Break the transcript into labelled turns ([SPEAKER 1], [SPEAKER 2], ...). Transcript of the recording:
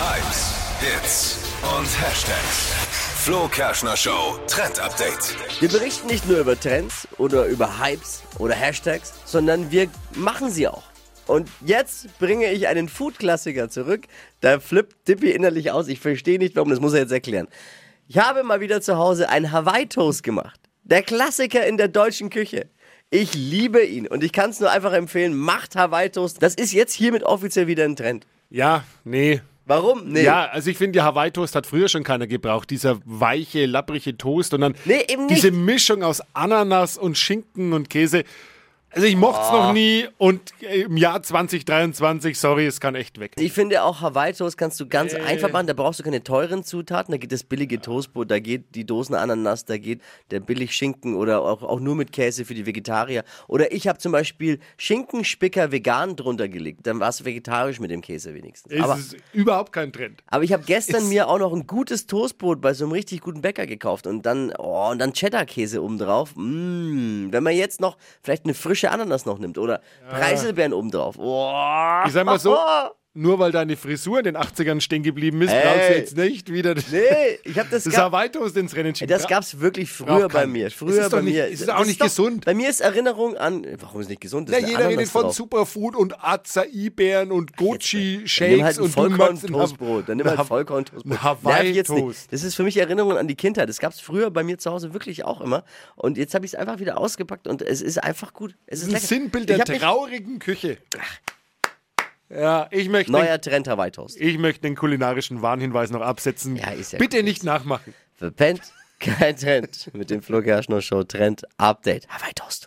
[SPEAKER 1] Hypes, Hits und Hashtags. Flo Kerschner Show Trend Update.
[SPEAKER 2] Wir berichten nicht nur über Trends oder über Hypes oder Hashtags, sondern wir machen sie auch. Und jetzt bringe ich einen Food-Klassiker zurück. Da flippt Dippy innerlich aus. Ich verstehe nicht, warum. Das muss er jetzt erklären. Ich habe mal wieder zu Hause einen Hawaii-Toast gemacht. Der Klassiker in der deutschen Küche. Ich liebe ihn und ich kann es nur einfach empfehlen. Macht Hawaii-Toast. Das ist jetzt hiermit offiziell wieder ein Trend.
[SPEAKER 3] Ja, nee.
[SPEAKER 2] Warum? Nee.
[SPEAKER 3] Ja, also ich finde, der Hawaii-Toast hat früher schon keiner gebraucht. Dieser weiche, lapprige Toast und dann
[SPEAKER 2] Nee, eben nicht.
[SPEAKER 3] diese Mischung aus Ananas und Schinken und Käse. Also ich mochte es
[SPEAKER 2] Ah.
[SPEAKER 3] noch nie und äh, im Jahr 2023, sorry, es kann echt weg.
[SPEAKER 2] Ich finde auch Hawaii-Toast kannst du ganz einfach machen. Da brauchst du keine teuren Zutaten. Da geht das billige Toastbrot, da geht die Dosenananas, da geht der billig Schinken oder auch, auch nur mit Käse für die Vegetarier. Oder ich habe zum Beispiel Schinkenspicker vegan drunter gelegt. Dann war es vegetarisch mit dem Käse wenigstens.
[SPEAKER 3] Es
[SPEAKER 2] aber,
[SPEAKER 3] ist überhaupt kein Trend.
[SPEAKER 2] aber ich habe gestern mir auch noch ein gutes Toastbrot bei so einem richtig guten Bäcker gekauft und dann, oh, und dann Cheddar-Käse obendrauf. Mm, wenn man jetzt noch vielleicht eine frische Ananas noch nimmt oder Preiselbeeren obendrauf. Oh.
[SPEAKER 3] Ich sag mal so, nur weil deine Frisur in den 80ern stehen geblieben ist, brauchst du
[SPEAKER 2] Ey.
[SPEAKER 3] jetzt nicht wieder das,
[SPEAKER 2] Nee, ich habe das,
[SPEAKER 3] das
[SPEAKER 2] gar-
[SPEAKER 3] Hawaii-Toast ins Rennen schieben.
[SPEAKER 2] Das gab's wirklich früher
[SPEAKER 3] braucht
[SPEAKER 2] bei
[SPEAKER 3] keinen.
[SPEAKER 2] mir.
[SPEAKER 3] Es ist
[SPEAKER 2] Früher
[SPEAKER 3] doch
[SPEAKER 2] bei
[SPEAKER 3] nicht-
[SPEAKER 2] mir.
[SPEAKER 3] es ist auch
[SPEAKER 2] Das
[SPEAKER 3] nicht
[SPEAKER 2] doch-
[SPEAKER 3] gesund.
[SPEAKER 2] Bei mir ist Erinnerung an. Warum ist nicht gesund? Das
[SPEAKER 3] Ja,
[SPEAKER 2] ist eine
[SPEAKER 3] jeder redet
[SPEAKER 2] Ananas
[SPEAKER 3] von
[SPEAKER 2] drauf.
[SPEAKER 3] Superfood und Acai-Bären und
[SPEAKER 2] Dann nimm halt
[SPEAKER 3] Gucci-Shakes
[SPEAKER 2] ein
[SPEAKER 3] und du magst einen
[SPEAKER 2] Vollkorn-Toastbrot. Dann nimm halt
[SPEAKER 3] Ha-
[SPEAKER 2] Vollkorn-Toastbrot.
[SPEAKER 3] einen
[SPEAKER 2] Nerv jetzt nicht.
[SPEAKER 3] Hawaii-Toast.
[SPEAKER 2] Das ist für mich Erinnerung an die Kindheit. Das gab's früher bei mir zu Hause wirklich auch immer. Und jetzt habe ich es einfach wieder ausgepackt und es ist einfach gut. Es ist
[SPEAKER 3] Ein
[SPEAKER 2] lecker.
[SPEAKER 3] Sinnbild
[SPEAKER 2] Ich
[SPEAKER 3] der
[SPEAKER 2] hab mich-
[SPEAKER 3] traurigen Küche. Ja, ich möchte,
[SPEAKER 2] Neuer Trend Hawaii Toast.
[SPEAKER 3] ich möchte den kulinarischen Warnhinweis noch absetzen.
[SPEAKER 2] Ja, ist ja
[SPEAKER 3] Bitte nicht nachmachen.
[SPEAKER 2] Verpennt, kein Trend. Mit dem Flo Kerschner Show Trend Update. Hawaii Toast.